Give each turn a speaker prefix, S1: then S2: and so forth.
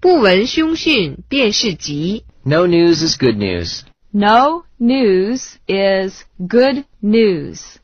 S1: 不闻凶讯便是吉。
S2: No news is good news.
S3: No news is good news.